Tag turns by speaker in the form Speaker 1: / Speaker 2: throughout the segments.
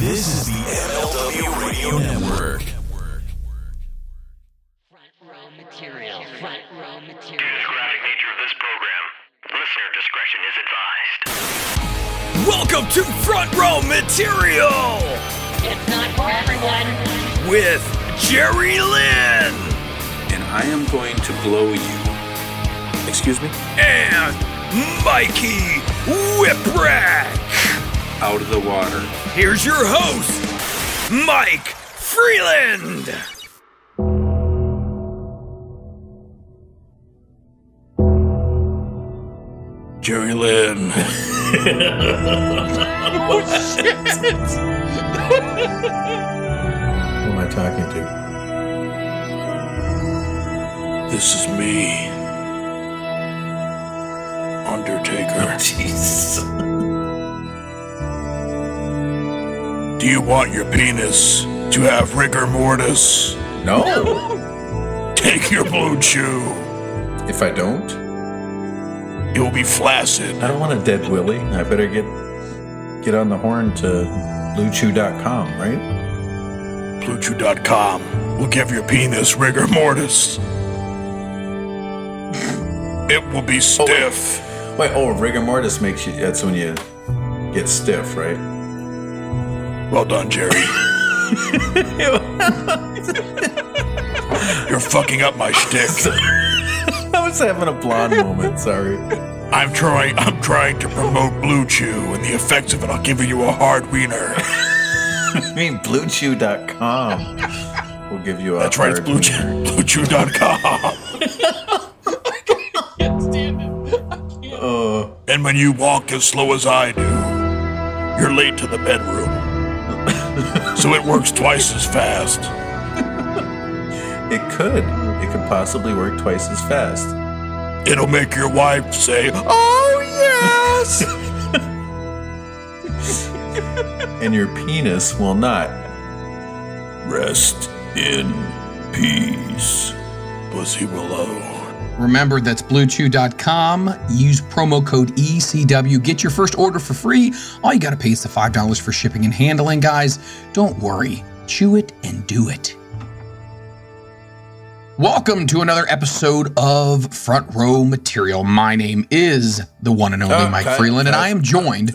Speaker 1: This is the MLW Radio Network.
Speaker 2: Front row material. Front row material.
Speaker 3: graphic nature of this program. Listener discretion is advised.
Speaker 1: Welcome to Front Row Material
Speaker 2: It's not for everyone.
Speaker 1: with Jerry Lynn
Speaker 4: and I am going to blow you. Excuse me?
Speaker 1: and Mikey Whipwreck.
Speaker 4: Out of the water.
Speaker 1: Here's your host, Mike Freeland.
Speaker 4: Jerry Lynn.
Speaker 5: Oh, Who am I talking to?
Speaker 4: This is me. Undertaker.
Speaker 1: Jeez.
Speaker 4: Do you want your penis to have rigor mortis?
Speaker 5: No!
Speaker 4: Take your blue chew.
Speaker 5: if I don't,
Speaker 4: It will be flaccid.
Speaker 5: I don't want a dead Willie. I better get get on the horn to bluechew.com, right?
Speaker 4: BlueChew.com will give your penis rigor mortis. It will be stiff.
Speaker 5: Wait, oh, rigor mortis makes you, that's when you get stiff, right?
Speaker 4: Well done, Jerry. You're fucking up my shtick.
Speaker 5: I was having a blonde moment, sorry.
Speaker 4: I'm trying. I'm trying to promote Blue Chew and the effects of it. I'll give you a hard wiener.
Speaker 5: I mean, bluechew.com will give you a
Speaker 4: That's right. It's
Speaker 5: hard-
Speaker 4: Blue Chew. BlueChew.com.
Speaker 5: Oh,
Speaker 4: And when you walk as slow as I do, you're late to the bedroom. so it works twice as fast.
Speaker 5: it could. It could possibly work twice as fast.
Speaker 4: It'll make your wife say, "Oh yes."
Speaker 5: And your penis will not.
Speaker 4: Rest in peace, Pussy Willow.
Speaker 6: Remember, that's bluechew.com. Use promo code ECW. Get your first order for free. All you got to pay is the $5 for shipping and handling, guys. Don't worry. Chew it and do it. Welcome to another episode of Front Row Material. My name is the one and only
Speaker 5: Oh,
Speaker 6: Mike
Speaker 5: cut,
Speaker 6: Freeland, and
Speaker 5: cut,
Speaker 6: I am joined.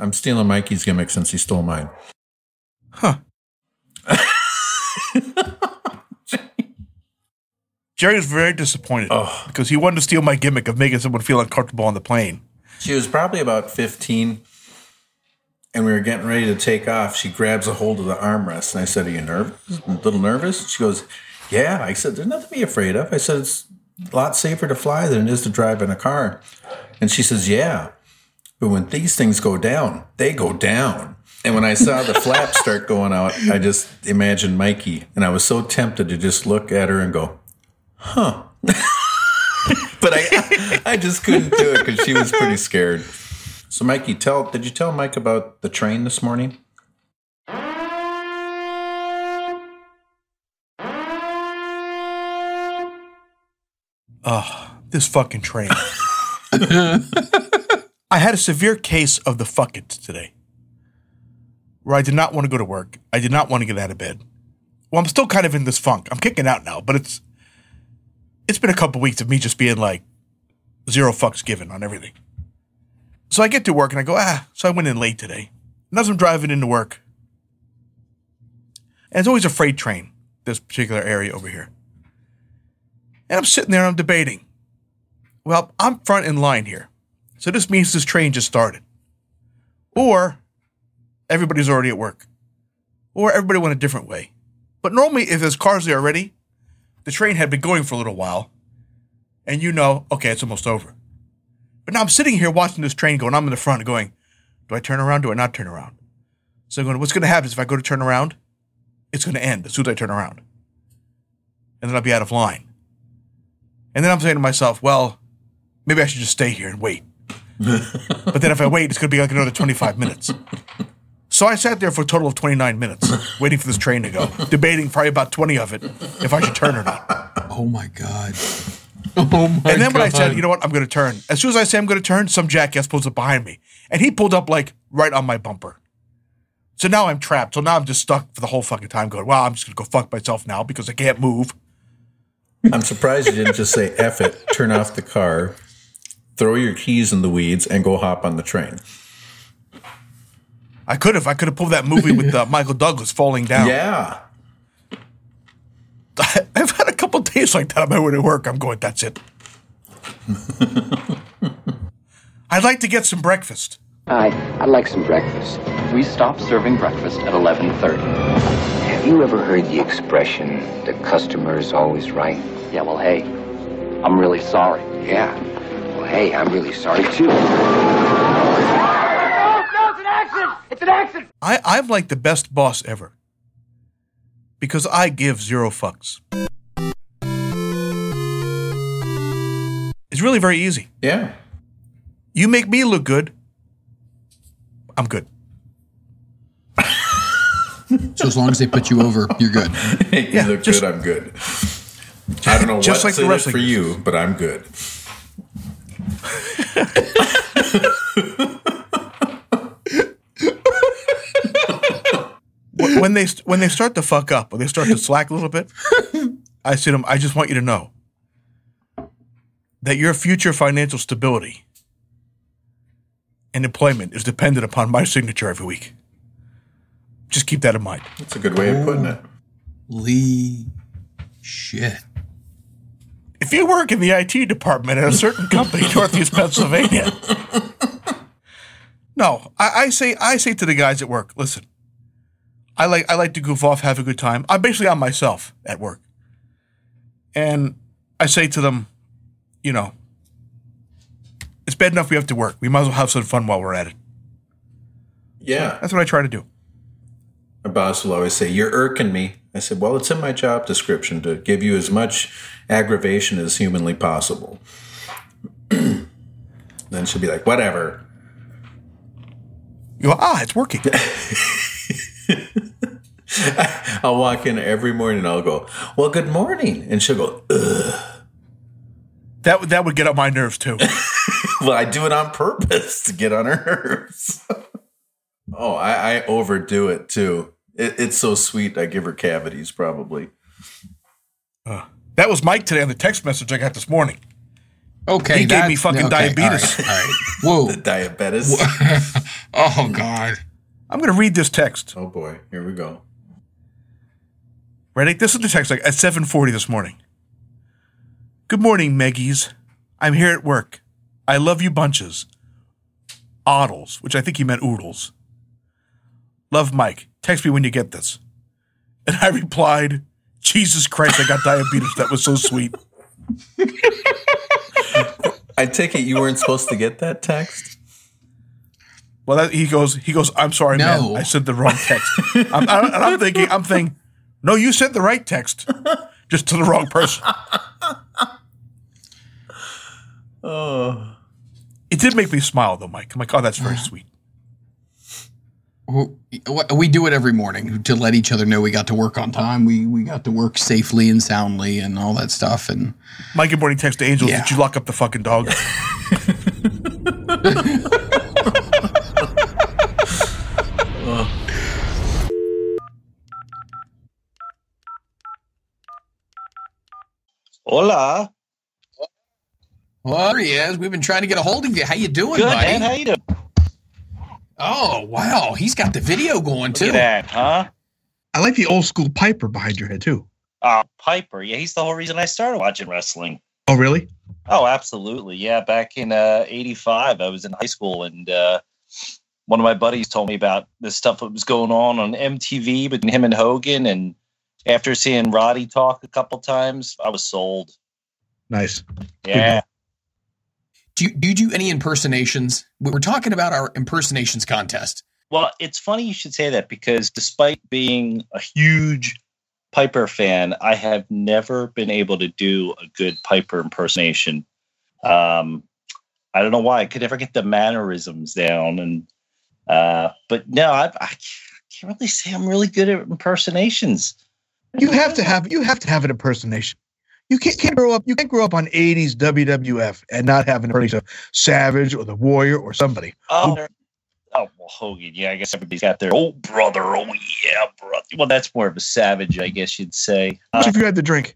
Speaker 5: I'm stealing Mikey's gimmick since he stole mine.
Speaker 7: Jerry's very disappointed
Speaker 5: Oh.
Speaker 7: because he wanted to steal my gimmick of making someone feel uncomfortable on the plane.
Speaker 5: She was probably about 15, and we were getting ready to take off. She grabs a hold of the armrest, and I said, Are you nervous? A little nervous? She goes, Yeah. I said, There's nothing to be afraid of. I said, It's a lot safer to fly than it is to drive in a car. And she says, Yeah. But when these things go down, they go down. And when I saw the flaps start going out, I just imagined Mikey, and I was so tempted to just look at her and go, Huh. but I, I just couldn't do it because she was pretty scared. So, Mikey, tell did you tell Mike about the train this morning?
Speaker 7: Ugh, this fucking train. I had a severe case of the fuck it today where I did not want to go to work. I did not want to get out of bed. Well, I'm still kind of in this funk. I'm kicking out now, but it's it's been a couple weeks of me just being like zero fucks given on everything. So I get to work and I go, ah, so I went in late today. And as I'm driving into work, and it's always a freight train, this particular area over here. And I'm sitting there and I'm debating. Well, I'm front in line here. So this means this train just started. Or everybody's already at work. Or everybody went a different way. But normally, if there's cars there already, the train had been going for a little while. And you know, okay, it's almost over. But now I'm sitting here watching this train go, and I'm in the front going, do I turn around? Do I not turn around? So I'm going, what's going to happen is if I go to turn around, it's going to end as soon as I turn around. And then I'll be out of line. And then I'm saying to myself, well, maybe I should just stay here and wait. but then if I wait, it's going to be like another 25 minutes. So I sat there for a total of 29 minutes waiting for this train to go, debating probably about 20 of it if I should turn or not.
Speaker 6: Oh my God. Oh my
Speaker 7: And then when I
Speaker 6: God.
Speaker 7: said, you know what, I'm going to turn, as soon as I say I'm going to turn, some jackass pulls up behind me. And he pulled up like right on my bumper. So now I'm trapped. So now I'm just stuck for the whole fucking time going, well, I'm just going to go fuck myself now because I can't move.
Speaker 5: I'm surprised you didn't just say F it, turn off the car, throw your keys in the weeds, and go hop on the train.
Speaker 7: I could have. I could have pulled that movie with uh, Michael Douglas falling down.
Speaker 5: Yeah.
Speaker 7: I've had a couple days like that on my way to work. I'm going, that's it. I'd like to get some breakfast.
Speaker 8: Hi, I'd like some breakfast.
Speaker 9: We stop serving breakfast at 11:30.
Speaker 8: Have you ever heard the expression, the customer is always right?
Speaker 9: Yeah, well, hey, I'm really sorry.
Speaker 8: Yeah. Well, hey, I'm really sorry too.
Speaker 7: I, I'm like the best boss ever because I give zero fucks. It's really very easy.
Speaker 5: Yeah.
Speaker 7: You make me look good, I'm good.
Speaker 6: So as long as they put you over, you're good.
Speaker 5: you look
Speaker 7: just-
Speaker 5: good, I'm good. I don't know
Speaker 7: Just
Speaker 5: what's
Speaker 7: like the
Speaker 5: in it
Speaker 7: wrestling
Speaker 5: for you, but I'm good.
Speaker 7: Wh- when they when they start to fuck up, when they start to slack a little bit, I said to 'em, I just want you to know that your future financial stability and employment is dependent upon my signature every week. Just keep that in mind.
Speaker 5: That's a good way of putting it.
Speaker 6: Holy shit.
Speaker 7: If you work in the IT department at a certain company in Northeast Pennsylvania, no, I, I say I say to the guys at work, listen, I like I like to goof off, have a good time. I'm basically on myself at work, and I say to them, you know, it's bad enough we have to work. We might as well have some fun while we're at it.
Speaker 5: Yeah.
Speaker 7: That's what I try to do.
Speaker 5: My boss will always say, You're irking me. I said, Well, it's in my job description to give you as much aggravation as humanly possible. then she'll be like, Whatever.
Speaker 7: You go, ah, it's working.
Speaker 5: I'll walk in every morning and I'll go, Well, good morning. And she'll go, "Ugh."
Speaker 7: That would- that would get on my nerves too.
Speaker 5: Well, I do it on purpose to get on her nerves. oh, I, I overdo it too. It, it's so sweet. I give her cavities probably.
Speaker 7: That was Mike today on the text message I got this morning.
Speaker 6: Okay.
Speaker 7: He gave me
Speaker 6: that's-
Speaker 7: fucking diabetes.
Speaker 6: All right. all right.
Speaker 5: Diabetes.
Speaker 6: Whoa. Oh God.
Speaker 7: I'm going to read this text.
Speaker 5: Oh boy, here we go.
Speaker 7: Ready? This is the text like at 7:40 this morning. Good morning, Meggies. I'm here at work. I love you bunches. Oddles, which I think he meant oodles. Love Mike. Text me when you get this. And I replied, Jesus Christ, I got diabetes. That was so sweet.
Speaker 5: I take it you weren't supposed to get that text.
Speaker 7: Well, that, he goes, he goes, I'm sorry,
Speaker 6: No.
Speaker 7: man. I sent the wrong text. I'm, I'm, and I'm thinking, I'm thinking, no, you sent the right text, just to the wrong person.
Speaker 5: Oh,
Speaker 7: It did make me smile though, Mike. I'm like, oh, that's very sweet.
Speaker 6: Well, We do it every morning to let each other know we got to work on time. We we got to work safely and soundly and all that stuff. And
Speaker 7: My good morning text to Angel.
Speaker 6: Yeah.
Speaker 7: Did you lock up the fucking dog?
Speaker 10: Hola.
Speaker 6: well, there he is. We've been trying to get a hold of you. How you doing,
Speaker 10: Good,
Speaker 6: buddy?
Speaker 10: man. How you doing?
Speaker 6: oh wow, he's got the video going
Speaker 10: Look at
Speaker 6: too.
Speaker 10: that, huh?
Speaker 11: I like the old school Piper behind your head too.
Speaker 10: Ah, Piper. Yeah, he's the whole reason I started watching wrestling.
Speaker 11: Oh, really?
Speaker 10: Oh, absolutely. Yeah, back in uh, 85, I was in high school, and uh, one of my buddies told me about this stuff that was going on on MTV between him and Hogan. And after seeing Roddy talk a couple times, I was sold.
Speaker 11: Nice.
Speaker 10: Yeah.
Speaker 6: Do you, do you do any impersonations? We were talking about our impersonations contest.
Speaker 10: Well, it's funny you should say that because despite being a huge Piper fan, I have never been able to do a good Piper impersonation. Um, I don't know why. I could never get the mannerisms down, and uh, but no, I, I can't really say I'm really good at impersonations.
Speaker 11: You have to have you have to have an impersonation. You can't, can't grow up you can't grow up on 80s WWF and not have an impersonation of Savage or the Warrior or somebody.
Speaker 10: Oh, there- Oh well, Hogan. Yeah, I guess everybody's got their oh brother. Oh yeah, brother. Well, that's more of a savage, I guess you'd say. Uh,
Speaker 11: What if you had the drink?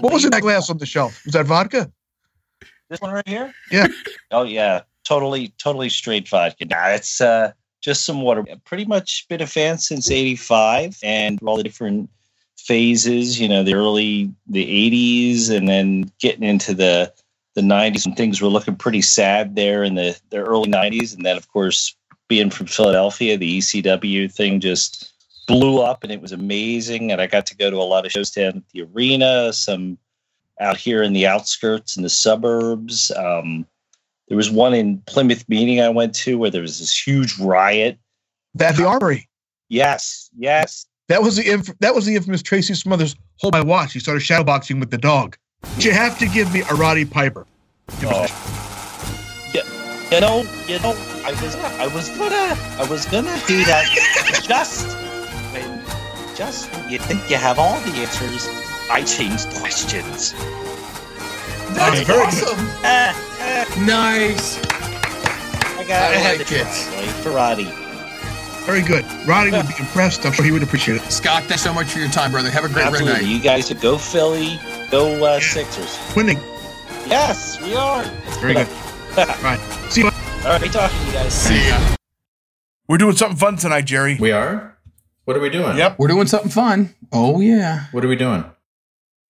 Speaker 11: what was in that glass on the shelf? Was that vodka?
Speaker 10: This one right here?
Speaker 11: Yeah.
Speaker 10: Oh yeah, totally, totally straight vodka. Nah, it's uh, just some water. Pretty much been a fan since '85, and all the different phases. You know, the early the '80s, and then getting into the the '90s, and things were looking pretty sad there in the the early '90s, and then of course being from Philadelphia, the ECW thing just blew up, and it was amazing. And I got to go to a lot of shows down at the arena, some out here in the outskirts in the suburbs. Um, there was one in Plymouth meeting I went to where there was this huge riot.
Speaker 11: That the armory.
Speaker 10: Yes, yes.
Speaker 11: That was the inf- that was the infamous Tracy Smothers. Hold my watch. He started shadowboxing with the dog. But you have to give me a Roddy Piper.
Speaker 10: Oh. Yeah, you know, you know, I was, I was gonna, I was gonna do that. just when, just when you think you have all the answers, I change questions.
Speaker 11: That's awesome.
Speaker 10: Ah,
Speaker 6: Nice.
Speaker 10: I got
Speaker 11: I
Speaker 10: I had
Speaker 11: like
Speaker 10: to
Speaker 11: it.
Speaker 10: try, like, Ferrati.
Speaker 11: Very good. Roddy would be impressed. I'm sure he would appreciate it.
Speaker 6: Scott, thanks so much for your time, brother. Have a great red
Speaker 10: Absolutely.
Speaker 6: night.
Speaker 10: You guys go Philly, go uh, Sixers.
Speaker 11: Winning.
Speaker 10: Yes, we are.
Speaker 11: Very good. All right. See you.
Speaker 10: All right, talking to you guys.
Speaker 6: See ya.
Speaker 7: We're doing something fun tonight, Jerry.
Speaker 5: We are? What are we doing?
Speaker 7: Yep.
Speaker 6: We're doing something fun. Oh yeah.
Speaker 5: What are we doing?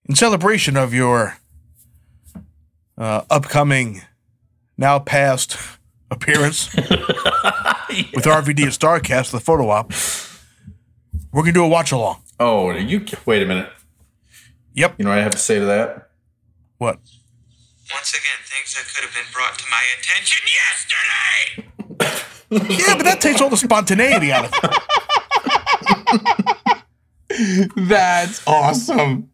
Speaker 7: in celebration of your uh, upcoming, now past appearance with RVD and Starcast, the photo op, we're going to do a watch along.
Speaker 5: Oh, are you wait a minute.
Speaker 7: Yep.
Speaker 5: You know what I have to say to that?
Speaker 7: What?
Speaker 12: Once again, things that could have been brought to my attention yesterday!
Speaker 7: Yeah, but that takes all the spontaneity out of it.
Speaker 6: That's awesome.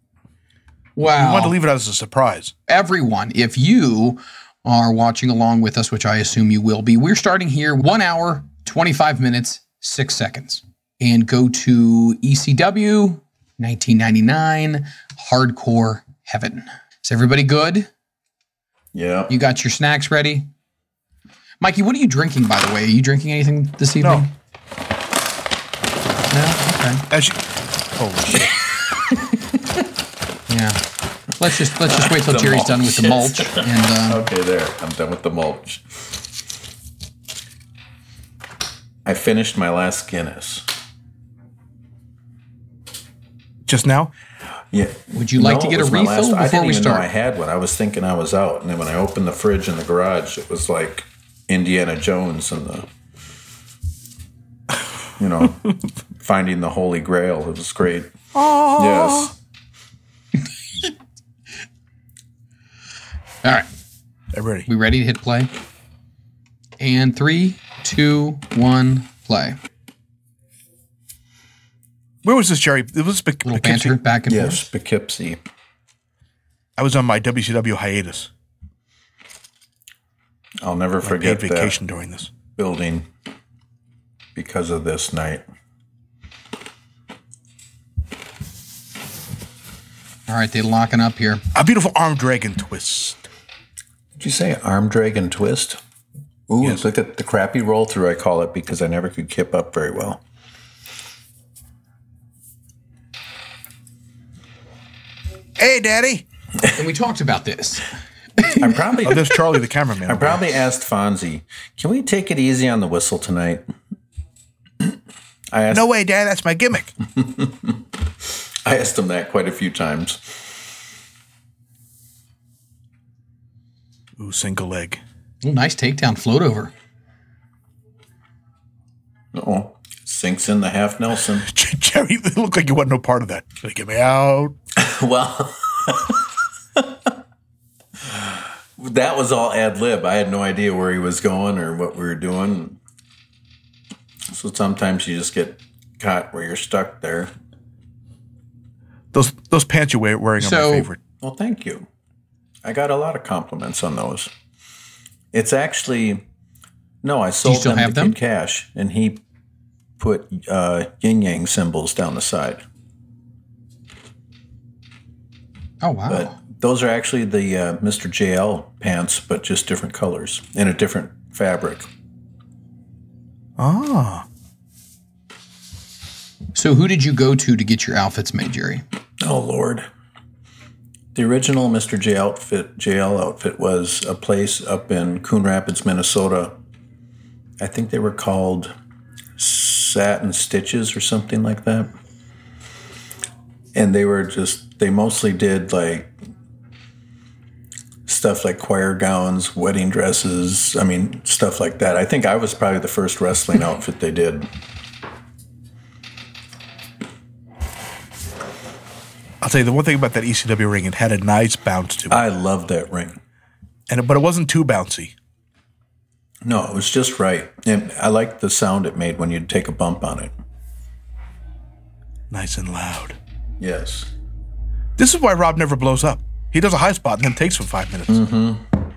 Speaker 7: We
Speaker 6: Wow.
Speaker 7: wanted to leave it as a surprise.
Speaker 6: everyone, if you are watching along with us, which I assume you will be, we're starting here one hour, 25 minutes, six seconds. And go to E ECW 1999 Hardcore Heaven. Is everybody good?
Speaker 5: Yeah.
Speaker 6: You got your snacks ready? Mikey, what are you drinking, by the way? Are you drinking anything this evening? No. Okay.
Speaker 7: As you, holy shit.
Speaker 6: Yeah. Let's just let's just wait till
Speaker 5: The
Speaker 6: Jerry's done with the
Speaker 5: mulch.
Speaker 6: mulch and uh,
Speaker 5: Okay, there. I'm done with the mulch. I finished my last Guinness.
Speaker 7: Just now?
Speaker 5: Yeah.
Speaker 6: Would you like to
Speaker 5: it
Speaker 6: get a
Speaker 5: was my
Speaker 6: refill
Speaker 5: I
Speaker 6: before
Speaker 5: didn't
Speaker 6: we
Speaker 5: even
Speaker 6: start?
Speaker 5: Know I had one. I was thinking I was out, and then when I opened the fridge in the garage, it was like Indiana Jones and the, you know, finding the Holy Grail. It was great. Oh. Yes.
Speaker 6: All right.
Speaker 7: Everybody.
Speaker 6: We ready to hit play? And three, two, one, play.
Speaker 7: Where was this, Jerry? It was Bic-
Speaker 6: little
Speaker 7: Poughkeepsie.
Speaker 6: banter back and
Speaker 5: Yes, Poughkeepsie.
Speaker 7: I was on my WCW hiatus.
Speaker 5: I'll never
Speaker 7: I paid
Speaker 5: forget that
Speaker 7: vacation during this.
Speaker 5: building because of this night.
Speaker 6: forth. All right, they're locking up here.
Speaker 7: A beautiful arm dragon twist.
Speaker 5: Did you say arm drag and twist? Ooh,
Speaker 7: Yes.
Speaker 5: look at the crappy roll through I call it because I never could kip up very well.
Speaker 7: Hey, Daddy.
Speaker 6: And we talked about this.
Speaker 5: I'm probably
Speaker 7: Oh, there's Charlie, the cameraman.
Speaker 5: I probably asked Fonzie, "Can we take it easy on the whistle tonight?" I asked,
Speaker 7: No way, Dad. That's my gimmick.
Speaker 5: I asked him that quite a few times.
Speaker 7: Ooh, single leg.
Speaker 6: Ooh, nice takedown float over.
Speaker 5: Oh, sinks in the half Nelson.
Speaker 7: J- Jerry, it looked like you wasn't no part of that. Like, get me out.
Speaker 5: well, that was all ad lib. I had no idea where he was going or what we were doing. So sometimes you just get caught where you're stuck there.
Speaker 7: Those those pants you're wear- wearing are
Speaker 6: So-
Speaker 7: my favorite.
Speaker 5: Well, thank you. I got a lot of compliments on those. It's actually no, I sold
Speaker 6: still
Speaker 5: them
Speaker 6: have
Speaker 5: to
Speaker 6: them?
Speaker 5: Kid Cash, and he put uh, yin yang symbols down the side.
Speaker 6: Oh wow.
Speaker 5: But Those are actually the uh, Mr. JL pants, but just different colors and a different fabric.
Speaker 6: Ah. So, who did you go to to get your outfits made, Jerry?
Speaker 5: Oh Lord. The original Mr. J outfit, JL outfit was a place up in Coon Rapids, Minnesota. I think they were called Satin Stitches or something like that. And they were just they mostly did like stuff like choir gowns, wedding dresses, I mean stuff like that. I think I was probably the first wrestling outfit they did.
Speaker 7: I'll tell you the one thing about that ECW ring, it had a nice bounce to it.
Speaker 5: I love that ring.
Speaker 7: And it- but it wasn't too bouncy.
Speaker 5: No, it was just right. And I liked the sound it made when you'd take a bump on it.
Speaker 7: Nice and loud.
Speaker 5: Yes.
Speaker 7: This is why Rob never blows up. He does a high spot and then takes for five minutes.
Speaker 5: Mm-hmm.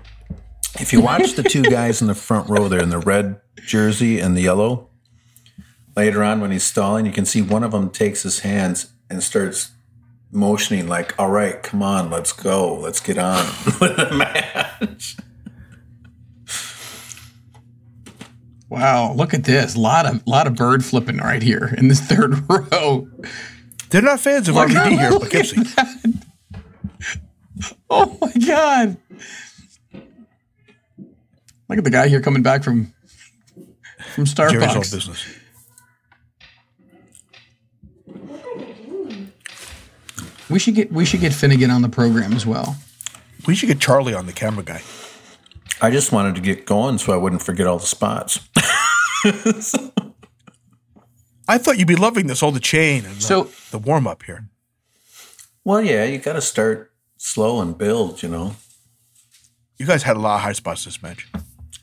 Speaker 5: If you watch the two guys in the front row there in the red jersey and the yellow, later on when he's stalling, you can see one of them takes his hands and starts motioning like, all right, come on, let's go, let's get on with the match.
Speaker 6: Wow, look at this. Lot of lot of bird flipping right here in this third row.
Speaker 7: They're not fans of RVD here, but Gibson.
Speaker 6: Oh my god. Look at the guy here coming back from from
Speaker 7: Jerry's old
Speaker 6: Starbucks.
Speaker 7: business.
Speaker 6: We should get we should get Finnegan on the program as well.
Speaker 7: We should get Charlie on the camera guy.
Speaker 5: I just wanted to get going so I wouldn't forget all the spots.
Speaker 7: I thought you'd be loving this, all the chain and the-
Speaker 5: So-
Speaker 7: the warm up here.
Speaker 5: Well, yeah, you got to start slow and build, you know.
Speaker 7: You guys had a lot of high spots this match.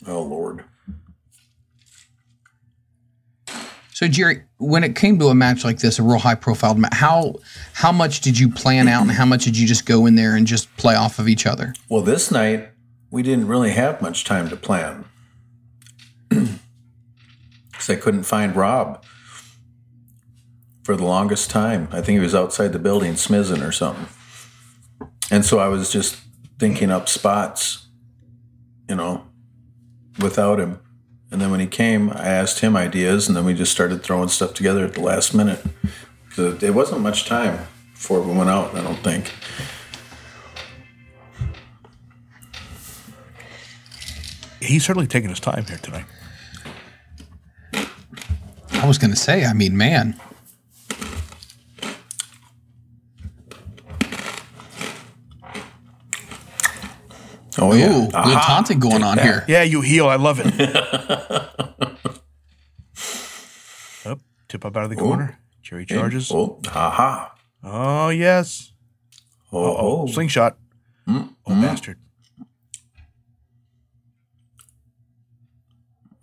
Speaker 5: Oh, Lord.
Speaker 6: So Jerry, when it came to a match like this, a real high profile match, how how much did you plan out and how much did you just go in there and just play off of each other?
Speaker 5: Well, this night we didn't really have much time to plan because I couldn't find Rob for the longest time. I think he was outside the building smizzing or something, and so I was just thinking up spots, you know, without him. And then when he came, I asked him ideas, and then we just started throwing stuff together at the last minute. 'Cause It wasn't much time before we went out. I don't think.
Speaker 7: He's certainly taking his time here tonight.
Speaker 6: I was gonna say, I mean, man.
Speaker 5: Oh yeah,
Speaker 6: Ooh, a little taunting going on here.
Speaker 7: Yeah, you heel. I love it. oh, tip up out of the corner. Jerry charges.
Speaker 5: Oh, aha.
Speaker 7: Oh, yes.
Speaker 5: Oh,
Speaker 7: oh. Slingshot. Oh, bastard.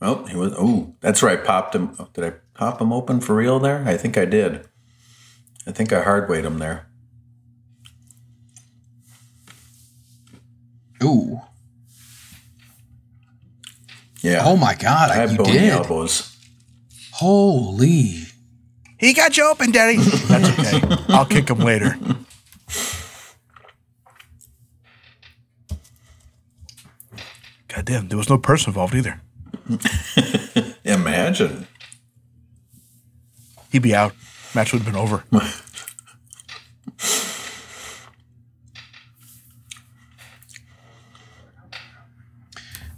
Speaker 5: Oh, he was. Oh, that's where I popped him. oh, Did I pop him open for real there? I think I did. I think I hard weighed him there.
Speaker 6: Ooh.
Speaker 5: Yeah.
Speaker 6: Oh my god,
Speaker 5: I have
Speaker 6: you
Speaker 5: bony
Speaker 6: did.
Speaker 5: elbows.
Speaker 6: Holy.
Speaker 7: He got you open, Daddy. That's okay. I'll kick him later. Goddamn, there was no person involved either.
Speaker 5: Imagine.
Speaker 7: He'd be out. Match would have been over.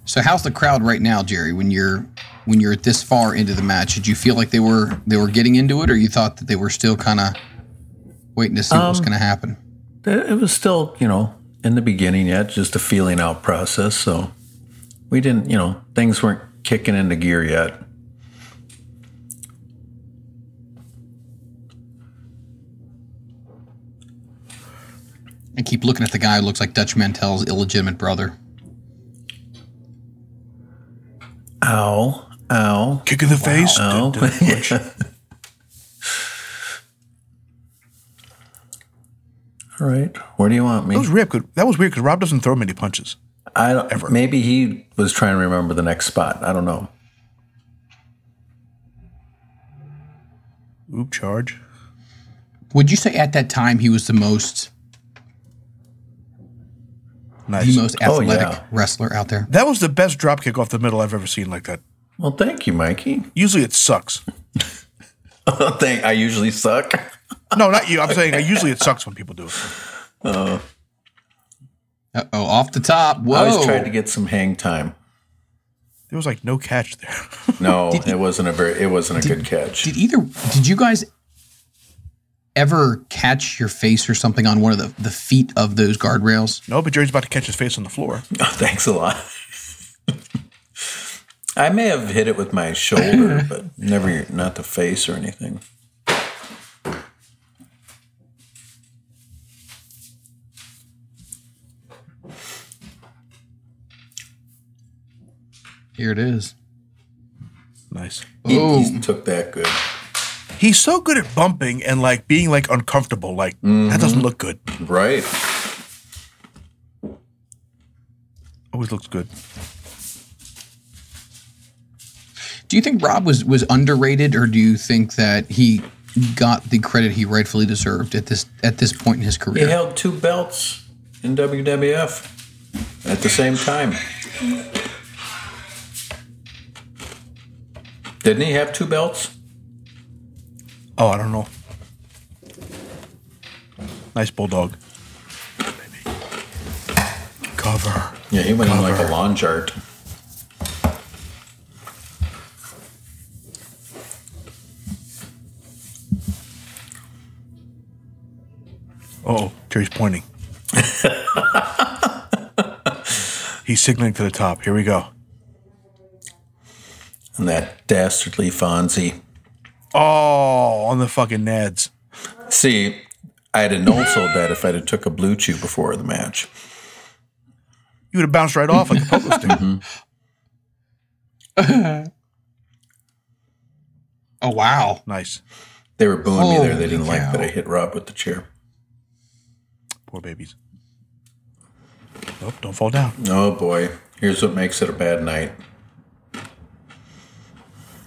Speaker 6: So how's the crowd right now, Jerry? When you're when you're this far into the match, did you feel like they were they were getting into it, or you thought that they were still kind of waiting to see what was
Speaker 5: Um,
Speaker 6: going to happen?
Speaker 5: It it was still, you know, in the beginning yet, just a feeling out process. So we didn't, you know, things weren't kicking into gear yet.
Speaker 6: I keep looking at the guy who looks like Dutch Mantel's illegitimate brother.
Speaker 5: Ow. Ow.
Speaker 7: Kick in the face.
Speaker 5: Ow.
Speaker 7: Dun, dun, punch.
Speaker 5: All right. Where do you want me?
Speaker 7: That was weird. 'cause- That was weird because Rob doesn't throw many punches.
Speaker 5: I don't, Maybe he was trying to remember the next spot. I don't know.
Speaker 7: Oop, charge.
Speaker 6: Would you say at that time he was the most the most
Speaker 5: oh,
Speaker 6: athletic wrestler out there.
Speaker 7: That was the best drop kick off the middle I've ever seen like that.
Speaker 5: Well, thank you, Mikey.
Speaker 7: Usually it sucks.
Speaker 5: Thank- I usually suck.
Speaker 7: no, not you. I'm saying I usually it sucks when people do it.
Speaker 5: Uh,
Speaker 6: oh, off the top. Whoa.
Speaker 5: I always tried to get some hang time.
Speaker 7: There was like no catch there.
Speaker 5: No, it wasn't a very. It wasn't a good catch.
Speaker 6: Did either did you guys ever catch your face or something on one of the, the feet of those guardrails?
Speaker 7: No, but Jerry's about to catch his face on the floor.
Speaker 5: Thanks a lot. I may have hit it with my shoulder, but never not the face or anything.
Speaker 6: Here it is.
Speaker 7: Nice.
Speaker 5: He,
Speaker 7: Oh.
Speaker 5: he took that good.
Speaker 7: He's so good at bumping and like being like uncomfortable. Like that doesn't look good.
Speaker 5: Right.
Speaker 7: Always looks good.
Speaker 6: Do you think Rob was was underrated or do you think that he got the credit he rightfully deserved at this at this point in his
Speaker 5: He
Speaker 6: career?
Speaker 5: held two belts in WWF at the same time. Didn't he have two belts?
Speaker 7: Oh, I don't know. Nice bulldog. Cover.
Speaker 5: Yeah, he went in like a lawn chart.
Speaker 7: Oh, Jerry's pointing. He's signaling to the top. Here we go.
Speaker 5: And that dastardly Fonzie.
Speaker 7: Oh, on the fucking Neds.
Speaker 5: See, I'd have known sold that if I'd have took a blue chew before the match.
Speaker 7: You would have bounced right off like a pogo stick.
Speaker 6: Oh wow.
Speaker 7: Nice.
Speaker 5: They were booing me there. They
Speaker 6: Holy
Speaker 5: didn't like
Speaker 6: cow.
Speaker 5: that I hit Rob with the chair.
Speaker 7: Poor babies. Nope, don't fall down.
Speaker 5: Oh boy. Here's what makes it a bad night.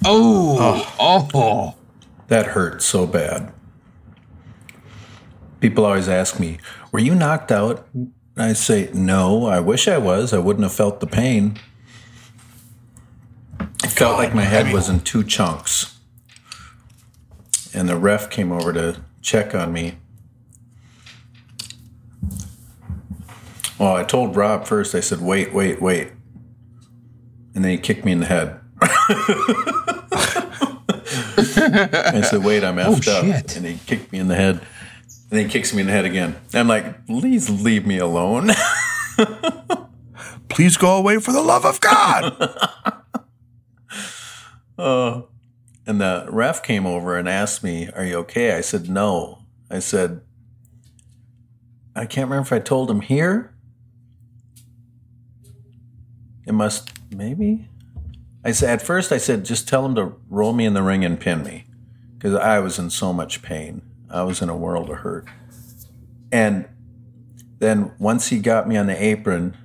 Speaker 6: Oh, oh,
Speaker 5: That hurt so bad. People always ask me, Were you knocked out? And I say, No, I wish I was. I wouldn't have felt the pain. It felt like my head was in two chunks. And the ref came over to check on me. Well, I told Rob first, I said, Wait, wait, wait. And then he kicked me in the head. I said, wait, I'm
Speaker 6: Oh,
Speaker 5: effed up.
Speaker 6: shit.
Speaker 5: And he kicked me in the head. And then he kicks me in the head again. I'm like, please leave me alone.
Speaker 7: Please go away for the love of God.
Speaker 5: Uh, and the ref came over and asked me, are you okay? I said, no. I said, I can't remember if I told him here. It must, maybe. I said, at first, I said, just tell him to roll me in the ring and pin me. Because I was in so much pain. I was in a world of hurt. And then once he got me on the apron,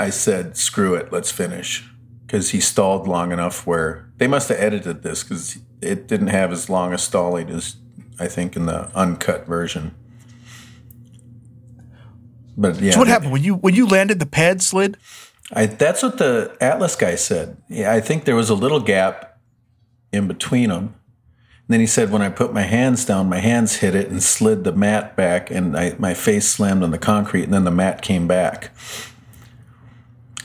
Speaker 5: I said, screw it, let's finish. Because he stalled long enough where they must have edited this because it didn't have as long a stalling as I think in the uncut version. But yeah.
Speaker 7: so what
Speaker 5: they-
Speaker 7: happened when you when you landed? The pad slid.
Speaker 5: I, that's what the Atlas guy said. Yeah, I think there was a little gap in between them. And then he said, when I put my hands down, my hands hit it and slid the mat back, and I, my face slammed on the concrete, and then the mat came back.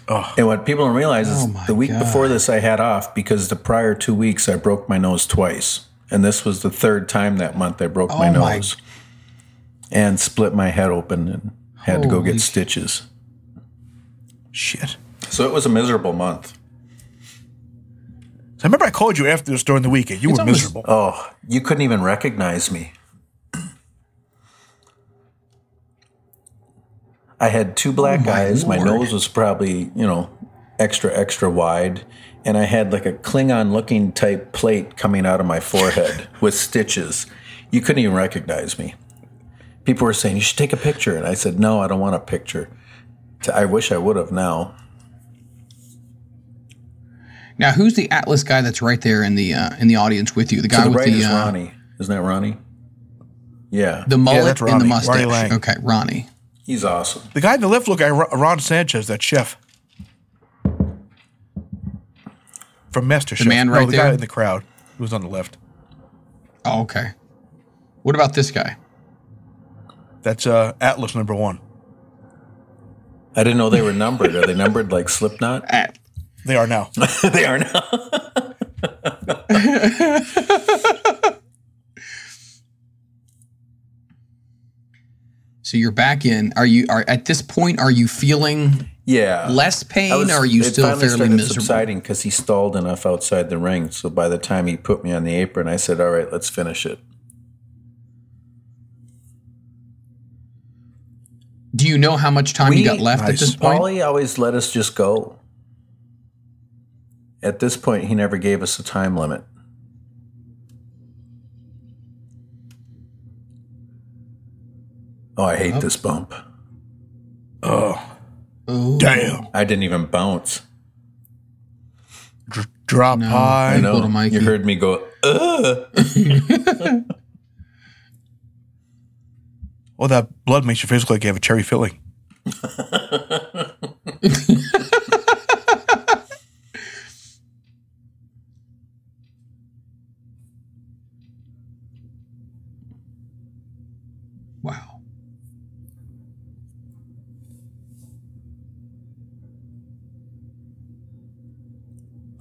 Speaker 5: And what people don't realize
Speaker 6: Oh
Speaker 5: is the week before this, I had off because the prior two weeks, I broke my nose twice. And this was the third time that month I broke my
Speaker 6: Oh, my-
Speaker 5: nose and split my head open and had to go
Speaker 6: Holy
Speaker 5: get stitches.
Speaker 7: Shit.
Speaker 5: So it was a miserable month.
Speaker 7: So I remember I called you after this during the weekend. You were miserable.
Speaker 5: Oh, you couldn't even recognize me. I had
Speaker 6: Oh
Speaker 5: two black eyes. My nose was probably, you know, extra, extra wide. And I had like a Klingon looking type plate coming out of my forehead with stitches. You couldn't even recognize me. People were saying, you should take a picture. And I said, no, I don't want a picture. T- I wish I would have now.
Speaker 6: Now who's the Atlas guy that's right there in the uh, in the audience with you? The guy
Speaker 5: to the
Speaker 6: with
Speaker 5: right
Speaker 6: the
Speaker 5: is
Speaker 6: uh,
Speaker 5: Ronnie. Isn't that Ronnie? Yeah.
Speaker 6: the mullet
Speaker 5: that's
Speaker 6: and the
Speaker 5: Ronnie. Ronnie
Speaker 6: mustache.
Speaker 5: Lang.
Speaker 6: okay, Ronnie.
Speaker 5: He's awesome.
Speaker 7: The guy in the left looked like Ro- Ron Sanchez, that chef from MasterChef.
Speaker 6: The man right
Speaker 7: no, the
Speaker 6: there?
Speaker 7: guy in the crowd who was on the left.
Speaker 6: Oh, okay. What about this guy?
Speaker 7: That's uh, Atlas number one.
Speaker 5: I didn't know they were numbered. Are they numbered like Slipknot?
Speaker 7: They are now.
Speaker 5: they are now.
Speaker 6: So you're back in. Are you are at this point? Are you feeling
Speaker 5: Yeah.
Speaker 6: less pain?
Speaker 5: I Uh, was-
Speaker 6: or are you
Speaker 5: it
Speaker 6: still
Speaker 5: finally
Speaker 6: fairly
Speaker 5: started
Speaker 6: miserable?
Speaker 5: subsiding because he stalled enough outside the ring. So by the time he put me on the apron, I said, "All right, let's finish it."
Speaker 6: Do you know how much time you got left at
Speaker 5: Nice.
Speaker 6: this point?
Speaker 5: Paulie always let us just go. At this point, he never gave us a time limit. Oh, I hate this bump.
Speaker 7: Oh,
Speaker 5: damn! I didn't even bounce.
Speaker 7: drop high.
Speaker 5: I know. You heard me go. Ugh.
Speaker 7: Well, that blood makes your face look like you have a cherry filling.
Speaker 6: Wow.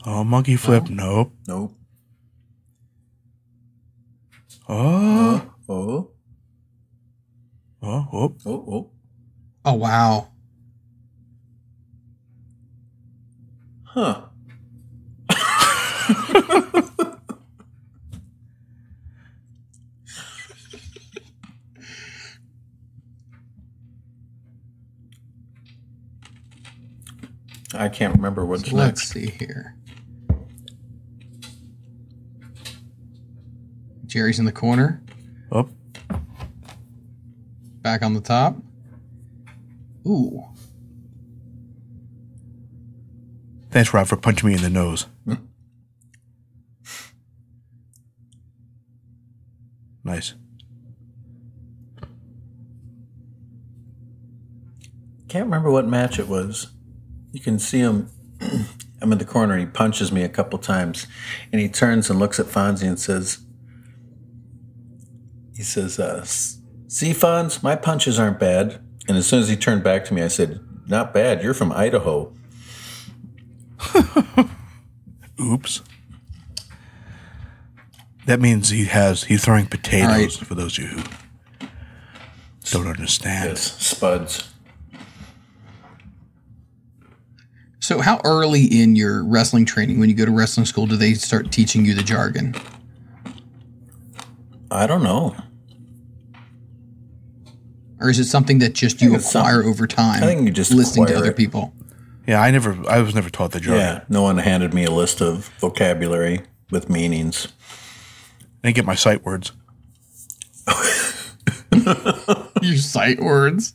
Speaker 7: Oh, monkey flip. Nope.
Speaker 5: Nope.
Speaker 7: Oh.
Speaker 5: Oh.
Speaker 7: Oh. Oh.
Speaker 5: Oh. Oh.
Speaker 6: Oh wow.
Speaker 5: Huh. I can't remember what's
Speaker 6: So
Speaker 5: next.
Speaker 6: let's see here. Jerry's in the corner.
Speaker 7: Up.
Speaker 6: Back on the top. Ooh.
Speaker 7: Thanks, Rob, for punching me in the nose. nice.
Speaker 5: Can't remember what match it was. You can see him. I'm in the corner. He punches me a couple times, and he turns and looks at Fonzie and says, "He says, uh, "S- see, Fonz, my punches aren't bad." And as soon as he turned back to me, I said, "Not bad. You're from Idaho."
Speaker 7: Oops. That means he has he's throwing potatoes
Speaker 5: All right.
Speaker 7: for those of you who don't understand.
Speaker 5: Yes, Spuds.
Speaker 6: So how early in your wrestling training when you go to wrestling school do they start teaching you the jargon?
Speaker 5: I don't know.
Speaker 6: Or is it something that just you acquire over time?
Speaker 5: I think you just
Speaker 6: listening to
Speaker 5: acquire
Speaker 6: other
Speaker 5: it.
Speaker 6: people.
Speaker 7: Yeah, I never I was never taught the jargon.
Speaker 5: Yeah, no one handed me a list of vocabulary with meanings.
Speaker 7: I didn't get my sight words.
Speaker 6: Your sight words.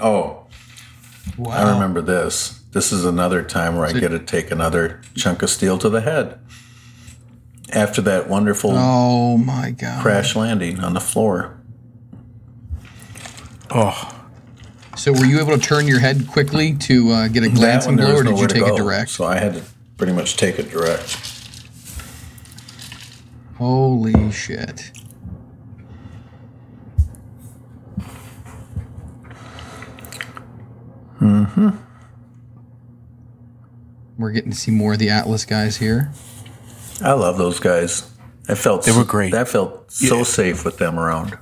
Speaker 5: Oh,
Speaker 6: Wow.
Speaker 5: I remember this. This is another time where I get to take another chunk of steel to the head. After that wonderful
Speaker 6: Oh my god.
Speaker 5: crash landing on the floor.
Speaker 7: Oh,
Speaker 6: So were you able to turn your head quickly to uh, get a
Speaker 5: That
Speaker 6: glancing
Speaker 5: one, there
Speaker 6: blow
Speaker 5: was
Speaker 6: or did
Speaker 5: nowhere
Speaker 6: you
Speaker 5: to
Speaker 6: take
Speaker 5: go,
Speaker 6: it direct?
Speaker 5: So I had to pretty much take it direct.
Speaker 6: Holy shit.
Speaker 5: Mm-hmm.
Speaker 6: We're getting to see more of the Atlas guys here.
Speaker 5: I love those guys. I felt
Speaker 7: They were great.
Speaker 5: I felt so
Speaker 7: Yeah.
Speaker 5: safe with them around.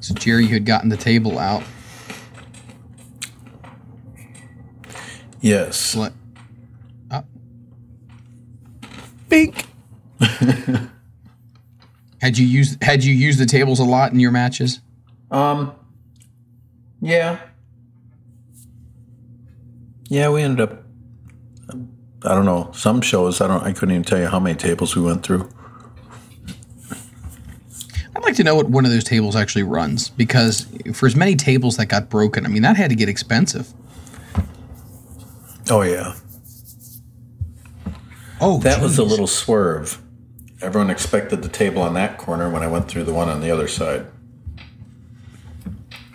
Speaker 6: So Jerry had gotten the table out.
Speaker 5: Yes.
Speaker 6: Let- Oh.
Speaker 7: Bink.
Speaker 6: Had you used had you used the tables a lot in your matches?
Speaker 5: Um. Yeah. Yeah, we ended up. I don't know. Some shows, I don't. I couldn't even tell you how many tables we went through.
Speaker 6: I'd like to know what one of those tables actually runs because for as many tables that got broken, I mean that had to get expensive.
Speaker 5: Oh yeah.
Speaker 6: Oh,
Speaker 5: that was a little swerve. Everyone expected the table on that corner when I went through the one on the other side.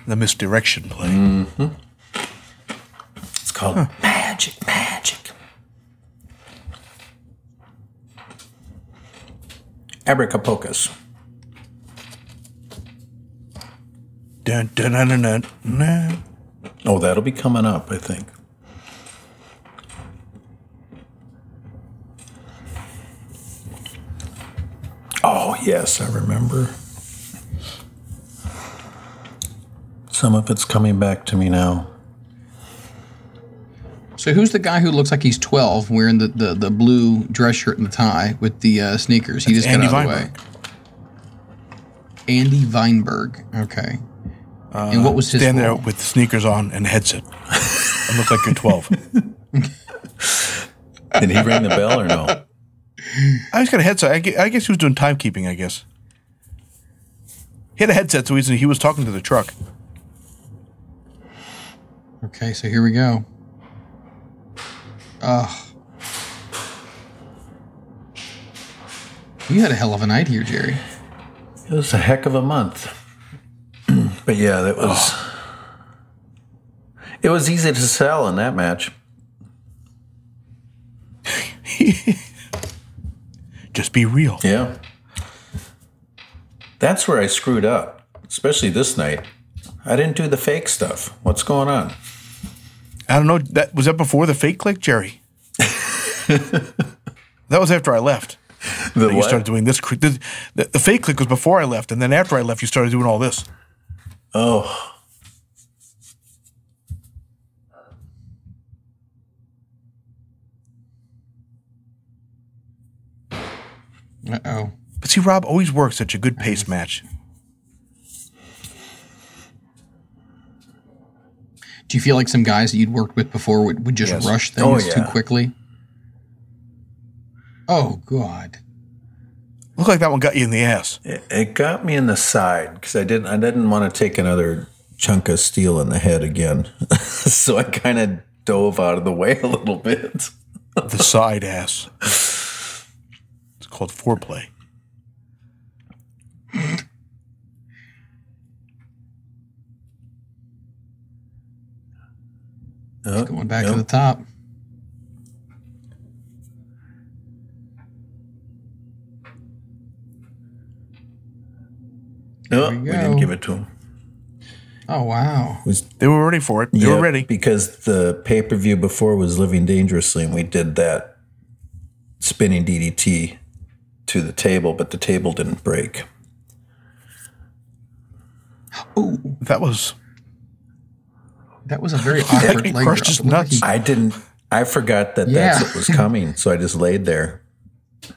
Speaker 7: The misdirection play.
Speaker 5: Mm-hmm. It's called magic, magic. Abracapocus.
Speaker 7: Dun, dun, dun, dun, dun, dun.
Speaker 5: Oh, that'll be coming up, I think. Oh, yes, I remember. Some of it's coming back to me now.
Speaker 6: So who's the guy who looks like he's 12 wearing the, the, the blue dress shirt and the tie with the uh, sneakers? he
Speaker 7: That's
Speaker 6: just
Speaker 7: Andy
Speaker 6: got out of the way. Andy Weinberg. Okay.
Speaker 7: Uh,
Speaker 6: and what was his
Speaker 7: Stand there
Speaker 6: role?
Speaker 7: with sneakers on and a headset. and look like you're 12.
Speaker 5: Did he ring the bell or no?
Speaker 7: I just got a headset. I gue- I guess he was doing timekeeping, I guess. He had a headset, so he's- he was talking to the truck.
Speaker 6: Okay, so here we go. Ugh. You had a hell of a night here, Jerry.
Speaker 5: It was a heck of a month. but yeah, that was. It was easy to sell in that match.
Speaker 7: Just be real.
Speaker 5: Yeah. That's where I screwed up, especially this night. I didn't do the fake stuff. What's going on?
Speaker 7: I don't know. That was that before the fake click, Jerry. that was after I left.
Speaker 5: The
Speaker 7: That you
Speaker 5: what?
Speaker 7: started doing this. cre- The, the, the fake click was before I left, and then after I left, you started doing all this.
Speaker 5: Oh.
Speaker 6: Uh oh.
Speaker 7: But see, Rob always works such a good pace match.
Speaker 6: Do you feel like some guys that you'd worked with before would, would just
Speaker 5: Yes.
Speaker 6: rush things
Speaker 5: Oh,
Speaker 6: too
Speaker 5: yeah.
Speaker 6: quickly? Oh, God.
Speaker 7: Looked like that one got you in the ass.
Speaker 5: It, it got me in the side because I didn't. I didn't want to take another chunk of steel in the head again. so I kind of dove out of the way a little bit.
Speaker 7: The side ass. It's called foreplay.
Speaker 5: Oh,
Speaker 6: Going back
Speaker 5: yep.
Speaker 6: to the top.
Speaker 5: Oh,
Speaker 6: we
Speaker 5: we
Speaker 6: go.
Speaker 5: didn't give it to him.
Speaker 6: Oh, wow.
Speaker 7: They were ready for it. They were ready.
Speaker 5: because the pay per view before was Living Dangerously, and we did that spinning DDT to the table, but the table didn't break.
Speaker 6: Ooh,
Speaker 7: That was
Speaker 6: that was a very
Speaker 7: That
Speaker 6: awkward
Speaker 7: guy
Speaker 6: leg
Speaker 7: crushed his
Speaker 6: drop. Look at
Speaker 7: nuts.
Speaker 5: I didn't. I forgot that
Speaker 6: Yeah.
Speaker 5: that's what was coming, so I just laid there,
Speaker 6: It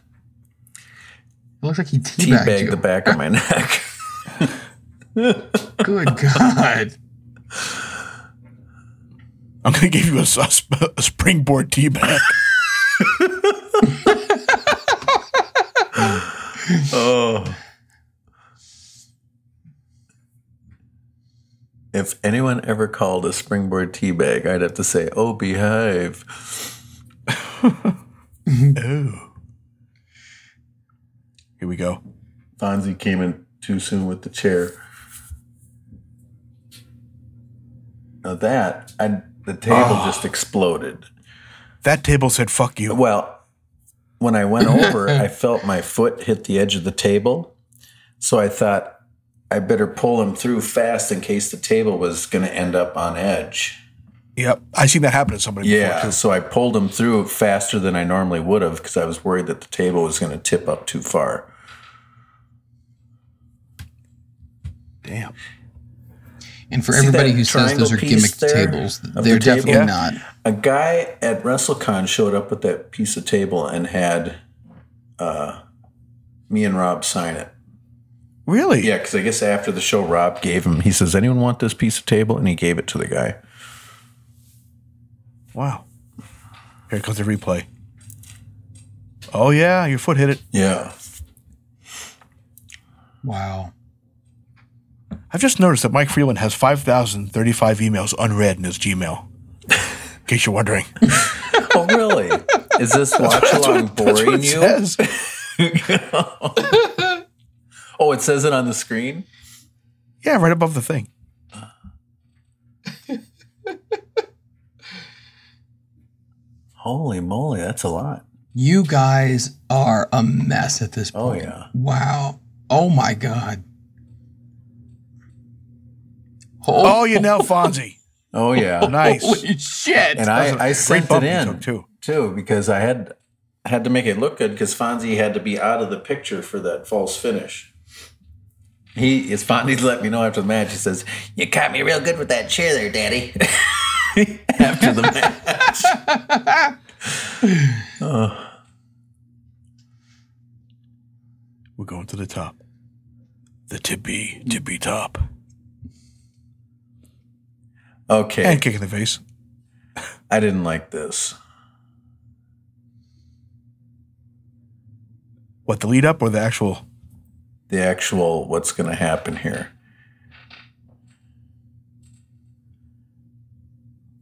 Speaker 6: looks like he teabagged
Speaker 5: teabagged
Speaker 6: you.
Speaker 5: the back of my neck.
Speaker 6: Good God.
Speaker 7: I'm going to give you a, s- a sp- a springboard tee back.
Speaker 5: Oh. If anyone ever called a springboard teabag, I'd have to say, oh, behive.
Speaker 7: oh. Here we go.
Speaker 5: Fonzie came in too soon with the chair. Now that, I, the table just exploded.
Speaker 7: That table said, fuck you.
Speaker 5: Well, when I went over, I felt my foot hit the edge of the table. So I thought I better pull him through fast in case the table was going to end up on edge.
Speaker 7: Yep. I seen that happen to somebody
Speaker 5: Yeah,
Speaker 7: before, too.
Speaker 5: so I pulled him through faster than I normally would have because I was worried that the table was going to tip up too far.
Speaker 7: Damn.
Speaker 6: And for
Speaker 5: See
Speaker 6: everybody
Speaker 5: that
Speaker 6: who says those
Speaker 5: triangle
Speaker 6: are
Speaker 5: piece
Speaker 6: gimmick
Speaker 5: there
Speaker 6: tables,
Speaker 5: of the
Speaker 6: they're
Speaker 5: table?
Speaker 6: definitely
Speaker 7: Yeah.
Speaker 6: not.
Speaker 5: A guy at WrestleCon showed up with that piece of table and had uh, me and Rob sign it.
Speaker 7: Really?
Speaker 5: Yeah, because I guess after the show, Rob gave him, he says, Anyone want this piece of table? And he gave it to the guy.
Speaker 7: Wow. Here comes the replay. Oh, yeah. Your foot hit it.
Speaker 5: Yeah.
Speaker 6: Wow.
Speaker 7: I've just noticed that Mike Freeland has 5,035 emails unread in his Gmail. case you're wondering.
Speaker 5: oh, really? Is this watch
Speaker 7: That's what-
Speaker 5: along
Speaker 7: that's what it
Speaker 5: boring you?
Speaker 7: says.
Speaker 5: oh, it says it on the screen.
Speaker 7: Yeah, right above the thing.
Speaker 5: Holy moly, that's a lot.
Speaker 6: You guys are a mess at this
Speaker 5: Oh
Speaker 6: point.
Speaker 5: yeah.
Speaker 6: Wow. Oh my God.
Speaker 7: Oh, you know, Fonzie.
Speaker 5: Oh yeah.
Speaker 7: Nice.
Speaker 6: Holy shit.
Speaker 5: And
Speaker 7: That was a
Speaker 5: I, I
Speaker 7: great
Speaker 5: sent it
Speaker 7: bump you
Speaker 5: in
Speaker 7: took,
Speaker 5: too. because I had I had to make it look good because Fonzie had to be out of the picture for that false finish. He is Fonzie let me know after the match. He says, "You caught me real good with that chair there, Daddy." after the match. Oh.
Speaker 7: We're going to the top. The tippy, tippy top.
Speaker 5: Okay.
Speaker 7: And kick in the face.
Speaker 5: I didn't like this.
Speaker 7: What, the lead up or the actual?
Speaker 5: The actual what's going to happen here.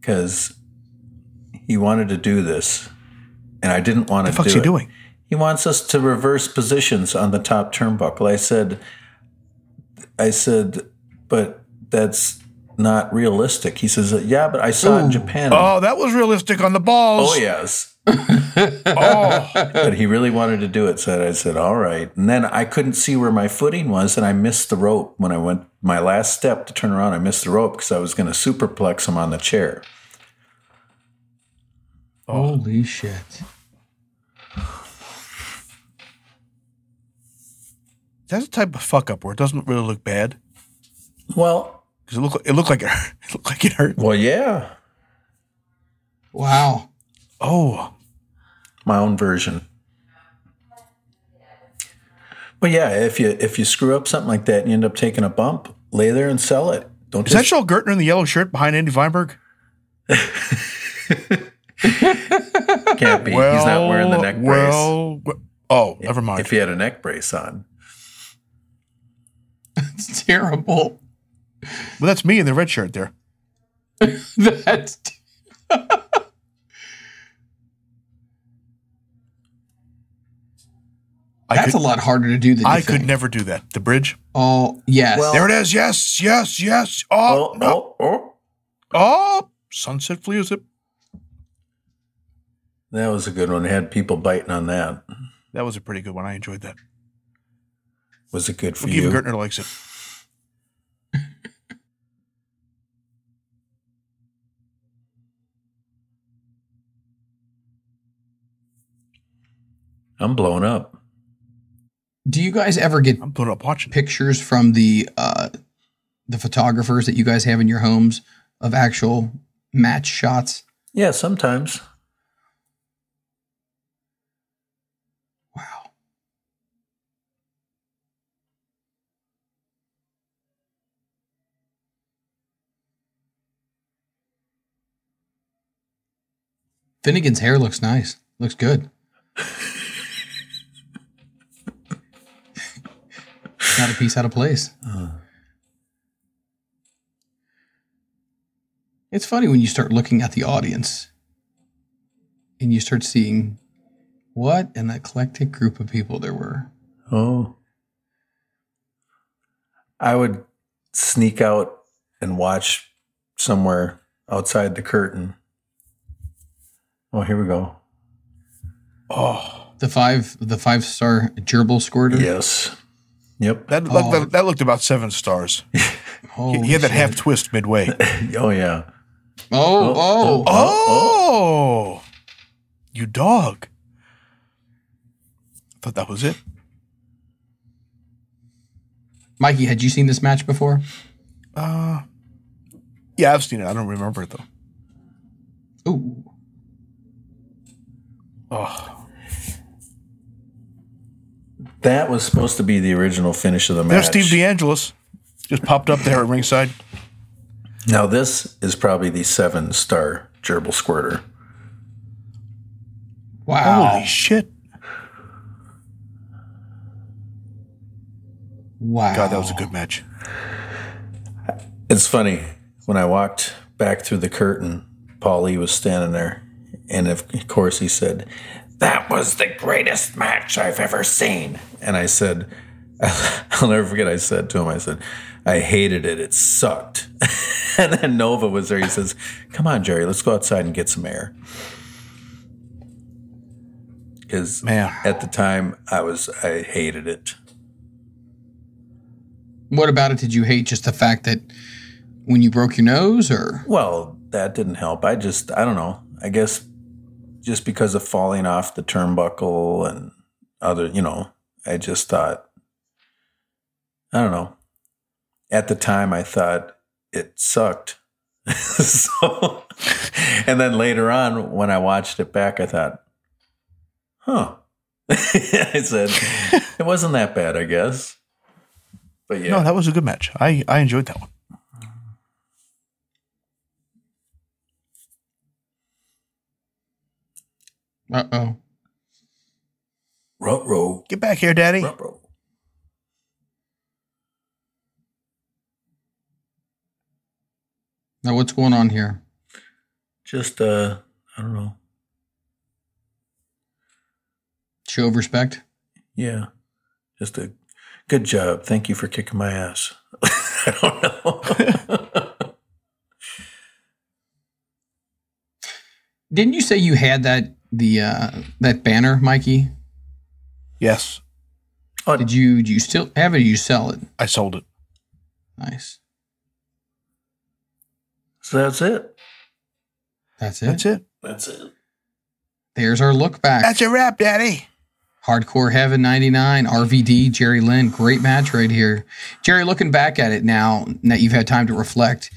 Speaker 5: Because he wanted to do this, and I didn't want
Speaker 7: The
Speaker 5: to
Speaker 7: fuck's
Speaker 5: do
Speaker 7: he
Speaker 5: it.
Speaker 7: doing?
Speaker 5: He wants us to reverse positions on the top turnbuckle. I said, I said, but that's not realistic. He says, yeah, but I saw it in Japan.
Speaker 7: Oh, that was realistic on the balls. Oh.
Speaker 5: Oh, yes. But he really wanted to do it. So I said, all right. And then I couldn't see where my footing was. And I missed the rope when I went my last step to turn around. I missed the rope because I was going to superplex him on the chair.
Speaker 6: Holy shit.
Speaker 7: That's the type of fuck up where it doesn't really look bad
Speaker 5: Well,
Speaker 7: because it looked it looked like it, hurt- it looked like it hurt.
Speaker 5: well, yeah.
Speaker 6: Wow.
Speaker 7: Oh,
Speaker 5: my own version. But yeah, if you if you screw up something like that and you end up taking a bump, lay there and sell it. Don't
Speaker 7: is that
Speaker 5: just
Speaker 7: Joel Gertner in the yellow shirt behind Andy Weinberg?
Speaker 5: can't be. He's not wearing the neck
Speaker 7: well, brace. Oh,
Speaker 5: brace.
Speaker 7: never mind.
Speaker 5: If he had a neck brace on,
Speaker 6: That's terrible.
Speaker 7: well, that's me in the red shirt there.
Speaker 6: That's. t-
Speaker 7: I
Speaker 6: That's
Speaker 7: could,
Speaker 6: a lot harder to do than you
Speaker 7: I could
Speaker 6: think.
Speaker 7: never do that. The bridge.
Speaker 6: Oh yes.
Speaker 5: Well-
Speaker 7: There it is. Yes, yes, yes. Oh,
Speaker 5: oh,
Speaker 7: no.
Speaker 5: oh, oh.
Speaker 7: Oh, sunset fleas it.
Speaker 5: that was a good one. It had people biting on that.
Speaker 7: That was a pretty good one. I enjoyed that.
Speaker 5: Was it good for
Speaker 7: Look,
Speaker 5: you?
Speaker 7: even Gertner likes it.
Speaker 5: I'm blown up.
Speaker 6: do you guys ever get
Speaker 7: I'm putting up watching. it.
Speaker 6: pictures from the uh, the photographers that you guys have in your homes of actual match shots?
Speaker 5: Yeah, sometimes.
Speaker 6: Wow. Finnegan's hair looks nice. Looks good. Not a piece out of place. It's funny when you start looking at the audience and you start seeing what an eclectic group of people there were.
Speaker 5: Oh, I would sneak out and watch somewhere outside the curtain. Oh, here we go.
Speaker 7: Oh,
Speaker 6: The five the five star gerbil squirter.
Speaker 5: Yes. Yep.
Speaker 7: that,
Speaker 6: Oh.
Speaker 7: that, that looked about seven stars. He,
Speaker 6: Holy
Speaker 7: he had that half
Speaker 6: shit.
Speaker 7: twist midway.
Speaker 5: Oh yeah.
Speaker 6: Oh, oh,
Speaker 5: Oh,
Speaker 7: Oh, you dog. I thought that was it.
Speaker 6: Mikey, had you seen this match before?
Speaker 7: Uh, yeah, I've seen it. I don't remember it though.
Speaker 6: Ooh.
Speaker 7: Oh,
Speaker 5: That was supposed to be the original finish of the
Speaker 7: there's
Speaker 5: match.
Speaker 7: Steve DeAngelis. Just popped up there at ringside.
Speaker 5: now this is probably the seven star gerbil squirter.
Speaker 6: Wow.
Speaker 7: Holy shit.
Speaker 6: wow.
Speaker 7: God, that was a good match.
Speaker 5: It's funny when I walked back through the curtain. Paulie was standing there, and of course he said, "That was the greatest match I've ever seen." And I said, "I'll never forget." I said to him, "I said." I hated it. It sucked. and then Nova was there. He says, Come on, Jerry, let's go outside and get some air. Because at the time, I was, I hated it.
Speaker 6: What about it did you hate? Just the fact that when you broke your nose, or
Speaker 5: Well, that didn't help. I just, I don't know. I guess just because of falling off the turnbuckle and other, you know, I just thought, I don't know. At the time, I thought it sucked. so, and then later on, when I watched it back, I thought, huh. I said, it wasn't that bad, I guess. But yeah.
Speaker 7: No, that was a good match. I, I enjoyed that one.
Speaker 6: uh oh,
Speaker 5: Ruh-roh.
Speaker 7: Get back here, Daddy.
Speaker 6: now what's going on here?
Speaker 5: Just uh, I don't know.
Speaker 6: Show of respect.
Speaker 5: Yeah, just a good job. Thank you for kicking my ass. I don't know.
Speaker 6: Didn't you say you had that the uh, that banner, Mikey?
Speaker 7: Yes.
Speaker 6: did you do you still have it? Or you sell it?
Speaker 7: I sold it.
Speaker 6: Nice.
Speaker 5: so that's it.
Speaker 6: That's it.
Speaker 7: That's it.
Speaker 5: That's it.
Speaker 6: There's our look back.
Speaker 7: That's a wrap, Daddy.
Speaker 6: Hardcore Heaven 99, RVD, Jerry Lynn. Great match right here. Jerry, looking back at it now that you've had time to reflect,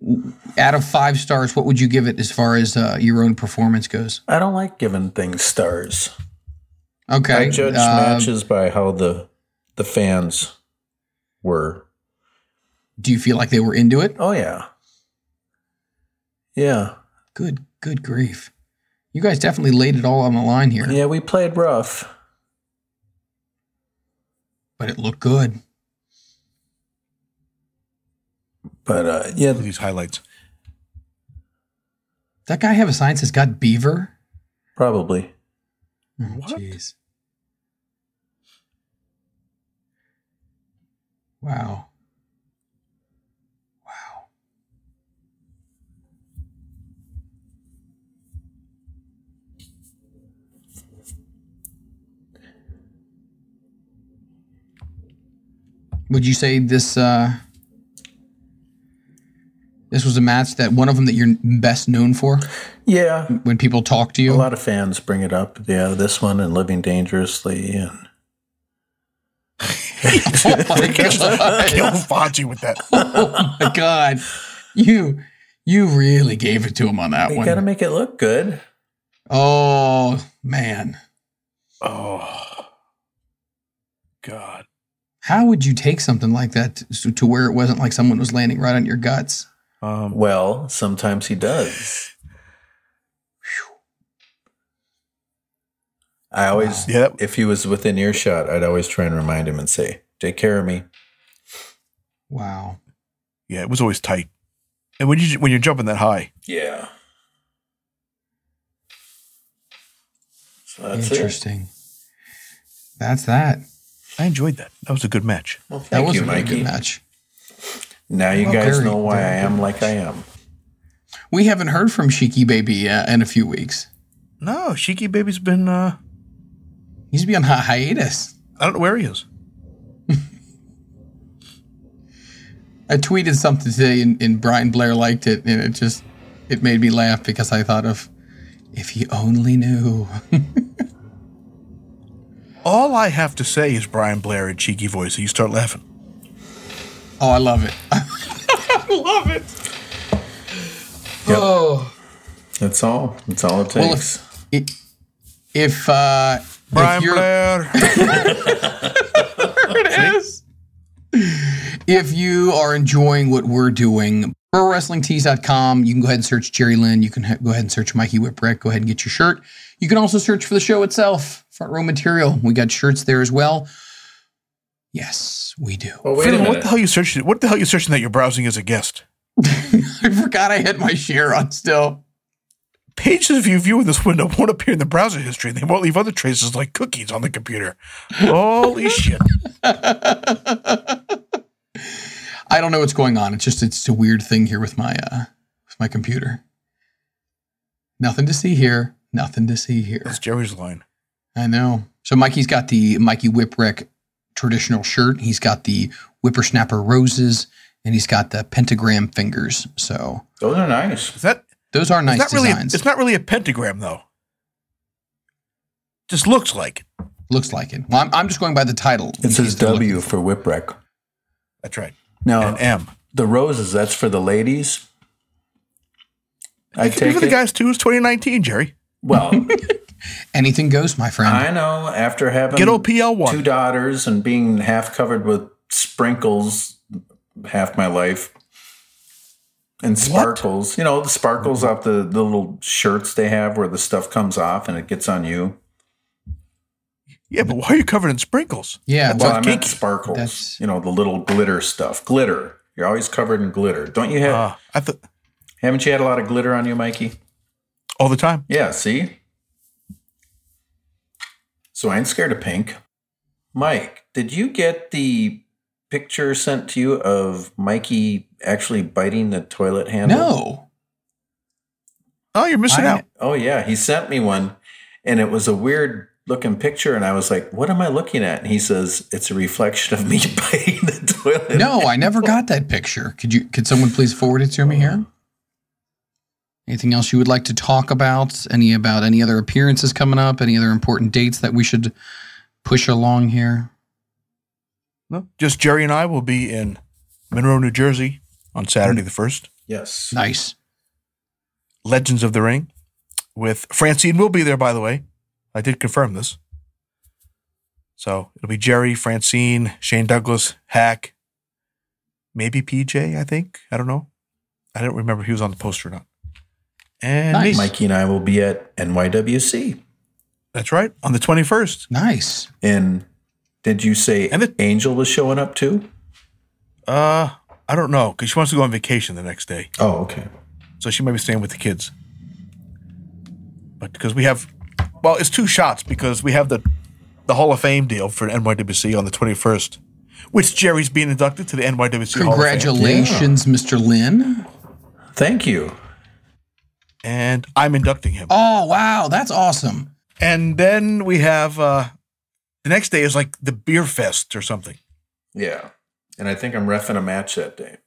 Speaker 6: w- out of five stars, what would you give it as far as uh, your own performance goes?
Speaker 5: I don't like giving things stars.
Speaker 6: Okay.
Speaker 5: I judge
Speaker 6: uh,
Speaker 5: matches by how the the fans were.
Speaker 6: Do you feel like they were into it?
Speaker 5: Oh yeah. Yeah.
Speaker 6: Good, good grief. You guys definitely laid it all on the line here,
Speaker 5: Yeah, we played rough.
Speaker 6: but it looked good.
Speaker 5: But uh yeah,
Speaker 7: Look at these highlights.
Speaker 6: That guy have a sign that says got beaver?
Speaker 5: probably.
Speaker 6: Oh,
Speaker 7: What?
Speaker 6: Jeez. Wow. Wow. Would you say this uh this was a match that one of them that you're best known for
Speaker 5: Yeah.
Speaker 6: when people talk to
Speaker 5: A
Speaker 6: you?
Speaker 5: lot of fans bring it up. Yeah, this one and Living Dangerously and
Speaker 6: Oh my God.
Speaker 7: Kill Fonzie with that.
Speaker 6: oh my god you you really gave it to him on that
Speaker 5: they
Speaker 6: one.
Speaker 5: gotta make it look good.
Speaker 6: oh man
Speaker 7: Oh, God.
Speaker 6: how would you take something like that to, to where it wasn't like someone was landing right on your guts
Speaker 7: Um,
Speaker 5: Well, sometimes he does. I always,
Speaker 7: Yeah, that-
Speaker 5: if he was within earshot, I'd always try and remind him and say, "Take care of me."
Speaker 6: wow
Speaker 7: yeah, it was always tight. And when you when you're jumping that high,
Speaker 5: Yeah. So that's it.
Speaker 6: interesting that's that
Speaker 7: I enjoyed that. That was a good match.
Speaker 5: Well, thank
Speaker 6: that was
Speaker 5: you,
Speaker 6: a very
Speaker 5: Mikey.
Speaker 6: good match
Speaker 5: Now you
Speaker 6: Well,
Speaker 5: guys
Speaker 6: very,
Speaker 5: know why I
Speaker 6: very
Speaker 5: am
Speaker 6: good
Speaker 5: like I am.
Speaker 6: we haven't heard from shiki baby uh, in a few weeks
Speaker 7: No, Shiki Baby's been. Uh,
Speaker 6: he's been on hi- hiatus
Speaker 7: I don't know where he is.
Speaker 6: i tweeted something today and, and brian blair liked it and it just it made me laugh because i thought of if he only knew
Speaker 7: All I have to say is Brian Blair in cheeky voice, and you start laughing.
Speaker 6: Oh, I love it. I love it. Oh.
Speaker 5: That's all. That's all it takes.
Speaker 6: Well, if i- if uh
Speaker 7: Brian
Speaker 6: if you're,
Speaker 7: Blair.
Speaker 6: it is. If you are enjoying what we're doing, ProWrestlingTees.com, you can go ahead and search Jerry Lynn. You can ha- go ahead and search Mikey Whipwreck. Go ahead and get your shirt. You can also search for the show itself, Front Row Material. We got shirts there as well. Yes, we do.
Speaker 5: well wait a
Speaker 7: Freeman, what
Speaker 5: minute.
Speaker 7: the hell you searching? What the hell you searching that you're browsing as a guest?
Speaker 6: I forgot I had my share on still.
Speaker 7: Pages you view in this window won't appear in the browser history, and they won't leave other traces like cookies on the computer. Holy shit!
Speaker 6: I don't know what's going on. It's just it's a weird thing here with my uh with my computer. Nothing to see here. Nothing to see here. That's
Speaker 7: Jerry's line.
Speaker 6: I know. So Mikey's got the Mikey Whipwreck traditional shirt. He's got the whippersnapper roses, and he's got the pentagram fingers. So
Speaker 5: those are nice.
Speaker 7: Is that
Speaker 6: those are nice
Speaker 7: it's not really.
Speaker 6: designs.
Speaker 7: It's not really a pentagram though. Just looks like it.
Speaker 6: Looks like it. Well, I'm, I'm just going by the title.
Speaker 5: It says W for Whipwreck.
Speaker 7: That's right.
Speaker 5: Now
Speaker 7: And M.
Speaker 5: The roses. That's for the ladies. I
Speaker 7: It could be
Speaker 5: take
Speaker 7: for the
Speaker 5: it-
Speaker 7: guys too. It's 2019, Jerry.
Speaker 5: Well,
Speaker 6: anything goes, my friend.
Speaker 5: I know. After having
Speaker 7: Get old PL one.
Speaker 5: two daughters and being half covered with sprinkles half my life and sparkles, you know, the sparkles off the, the little shirts they have where the stuff comes off and it gets on you.
Speaker 7: Yeah, but why are you covered in sprinkles?
Speaker 6: Yeah,
Speaker 5: well, I
Speaker 6: that's
Speaker 5: meant
Speaker 6: kinky.
Speaker 5: sparkles.
Speaker 6: That's-
Speaker 5: you know, the little glitter stuff. Glitter. You're always covered in glitter. Don't you have?
Speaker 7: Ah, I thought
Speaker 5: haven't you had a lot of glitter on you, Mikey?
Speaker 7: all the time.
Speaker 5: Yeah. See. So I ain't scared of pink. Mike, did you get the picture sent to you of Mikey actually biting the toilet handle?
Speaker 6: No.
Speaker 7: Oh, you're missing
Speaker 5: I-
Speaker 7: out.
Speaker 5: Oh yeah, he sent me one, and it was a weird looking picture, and I was like, "What am I looking at?" And he says, "It's a reflection of me biting the toilet."
Speaker 6: No, I never got that picture. Could you could someone please forward it to me here? Anything else you would like to talk about? Any about any other appearances coming up? Any other important dates that we should push along here?
Speaker 7: No, just Jerry and I will be in Monroe, New Jersey on Saturday the first.
Speaker 5: Yes.
Speaker 6: Nice.
Speaker 7: Legends of the Ring with Francine will be there, by the way. I did confirm this. So it'll be Jerry, Francine, Shane Douglas, Hack, maybe PJ, I think. I don't know. I don't remember if he was on the poster or not. And
Speaker 6: Nice.
Speaker 7: me.
Speaker 5: Mikey and I will be at NYWC.
Speaker 7: That's right. On the 21st.
Speaker 6: Nice.
Speaker 5: And did you say
Speaker 7: And the-
Speaker 5: Angel was showing up too?
Speaker 7: Uh, I don't know because she wants to go on vacation the next day.
Speaker 5: Oh, okay.
Speaker 7: So she might be staying with the kids. But because we have, well, it's two shots because we have the the Hall of Fame deal for NYWC on the 21st, which Jerry's being inducted to the NYWC Hall of Fame.
Speaker 6: Congratulations, Mr. Lynn.
Speaker 5: Thank you.
Speaker 7: And I'm inducting him.
Speaker 6: Oh wow, that's awesome.
Speaker 7: And then we have uh the next day is like the beer fest or something.
Speaker 5: Yeah. And I think I'm refing a match that day.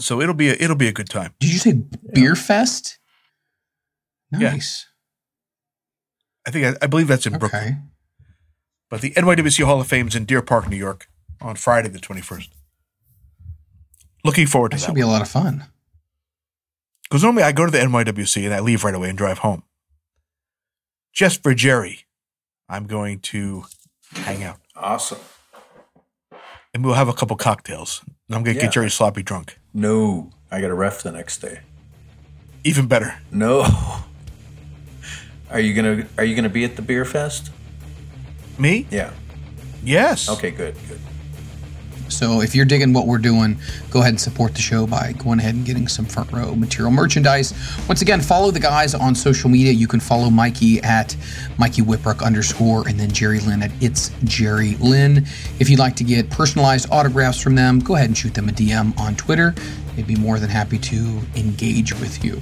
Speaker 7: So it'll be a, it'll be a good time.
Speaker 6: Did you say beer fest?
Speaker 7: Yeah.
Speaker 6: Nice.
Speaker 7: I think I, I believe that's in Brooklyn.
Speaker 6: Okay.
Speaker 7: But the NYWC Hall of Fame is in Deer Park, New York, on Friday the 21st. Looking forward to
Speaker 6: That
Speaker 7: that.
Speaker 6: should be a lot of fun.
Speaker 7: Because normally I go to the NYWC and I leave right away and drive home. Just for Jerry, I'm going to hang out
Speaker 5: Awesome.
Speaker 7: and we'll have a couple cocktails. And I'm going to
Speaker 5: Yeah.
Speaker 7: get Jerry sloppy drunk.
Speaker 5: No, I got a ref the next day.
Speaker 7: Even better.
Speaker 5: No. Are you gonna Are you gonna be at the beer fest?
Speaker 7: Me?
Speaker 5: Yeah.
Speaker 7: Yes.
Speaker 5: Okay. Good. Good.
Speaker 6: So if you're digging what we're doing, go ahead and support the show by going ahead and getting some front row material merchandise. Once again, follow the guys on social media. You can follow Mikey at Mikey Whipwreck underscore and then Jerry Lynn at It's Jerry Lynn. If you'd like to get personalized autographs from them, go ahead and shoot them a DM on Twitter. They'd be more than happy to engage with you.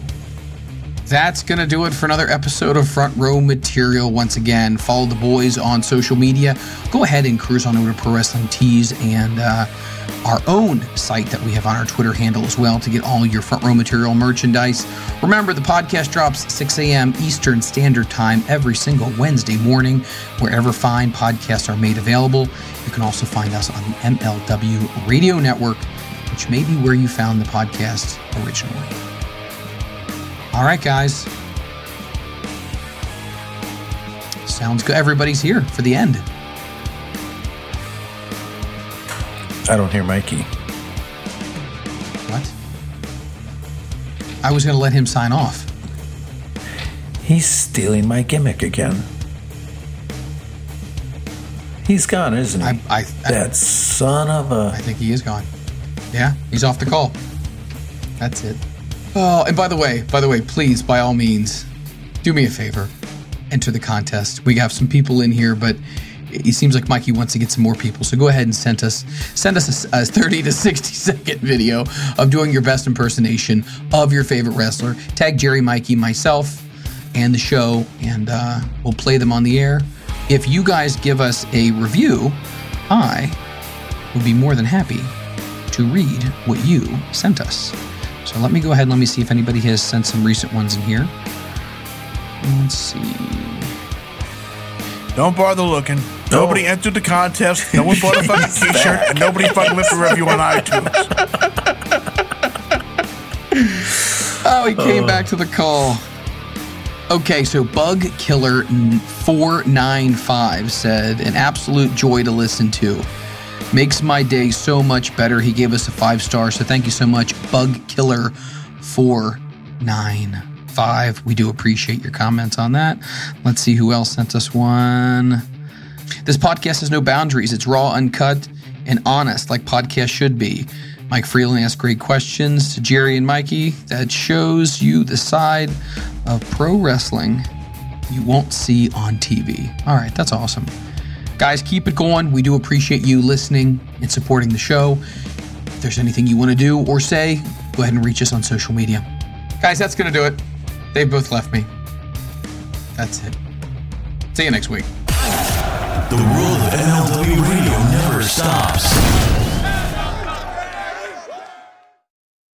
Speaker 6: That's going to do it for another episode of Front Row Material. Once again, follow the boys on social media. Go ahead and cruise on over to Pro Wrestling Tees and uh, our own site that we have on our Twitter handle as well to get all your Front Row Material merchandise. Remember, the podcast drops 6 a.m. Eastern Standard Time every single Wednesday morning, wherever fine podcasts are made available. You can also find us on the MLW Radio Network, which may be where you found the podcast originally. All right, guys. Sounds good. Everybody's here for the end.
Speaker 5: I don't hear Mikey.
Speaker 6: What? I was going to let him sign off.
Speaker 5: He's stealing my gimmick again. He's gone, isn't he?
Speaker 6: I, I, I,
Speaker 5: that son of a.
Speaker 6: I think he is gone. Yeah, he's off the call. That's it. Oh, and by the way, by the way, please, by all means, do me a favor, enter the contest. We have some people in here, but it seems like Mikey wants to get some more people. So go ahead and send us send us a, a 30 to 60 second video of doing your best impersonation of your favorite wrestler. Tag Jerry, Mikey, myself, and the show, and uh, we'll play them on the air. If you guys give us a review, I would be more than happy to read what you sent us. So let me go ahead and let me see if anybody has sent some recent ones in here. Let's see.
Speaker 7: Don't bother looking. Nobody entered the contest. No one bought a fucking t-shirt, and nobody fucking left a review on iTunes.
Speaker 6: Oh, he came
Speaker 7: Uh.
Speaker 6: back to the call. Okay, so Bug Killer 495 said, an absolute joy to listen to. Makes my day so much better. He gave us a five star, so thank you so much, Bug Killer 495. We do appreciate your comments on that. Let's see who else sent us one. This podcast has no boundaries. It's raw, uncut, and honest, like podcasts should be. Mike Freeland asked great questions to Jerry and Mikey that shows you the side of pro wrestling you won't see on TV. All right, that's awesome. Guys, keep it going. We do appreciate you listening and supporting the show. If there's anything you want to do or say, go ahead and reach us on social media. Guys, that's going to do it. They both left me. That's it. See you next week.
Speaker 13: The world of MLW Radio never stops.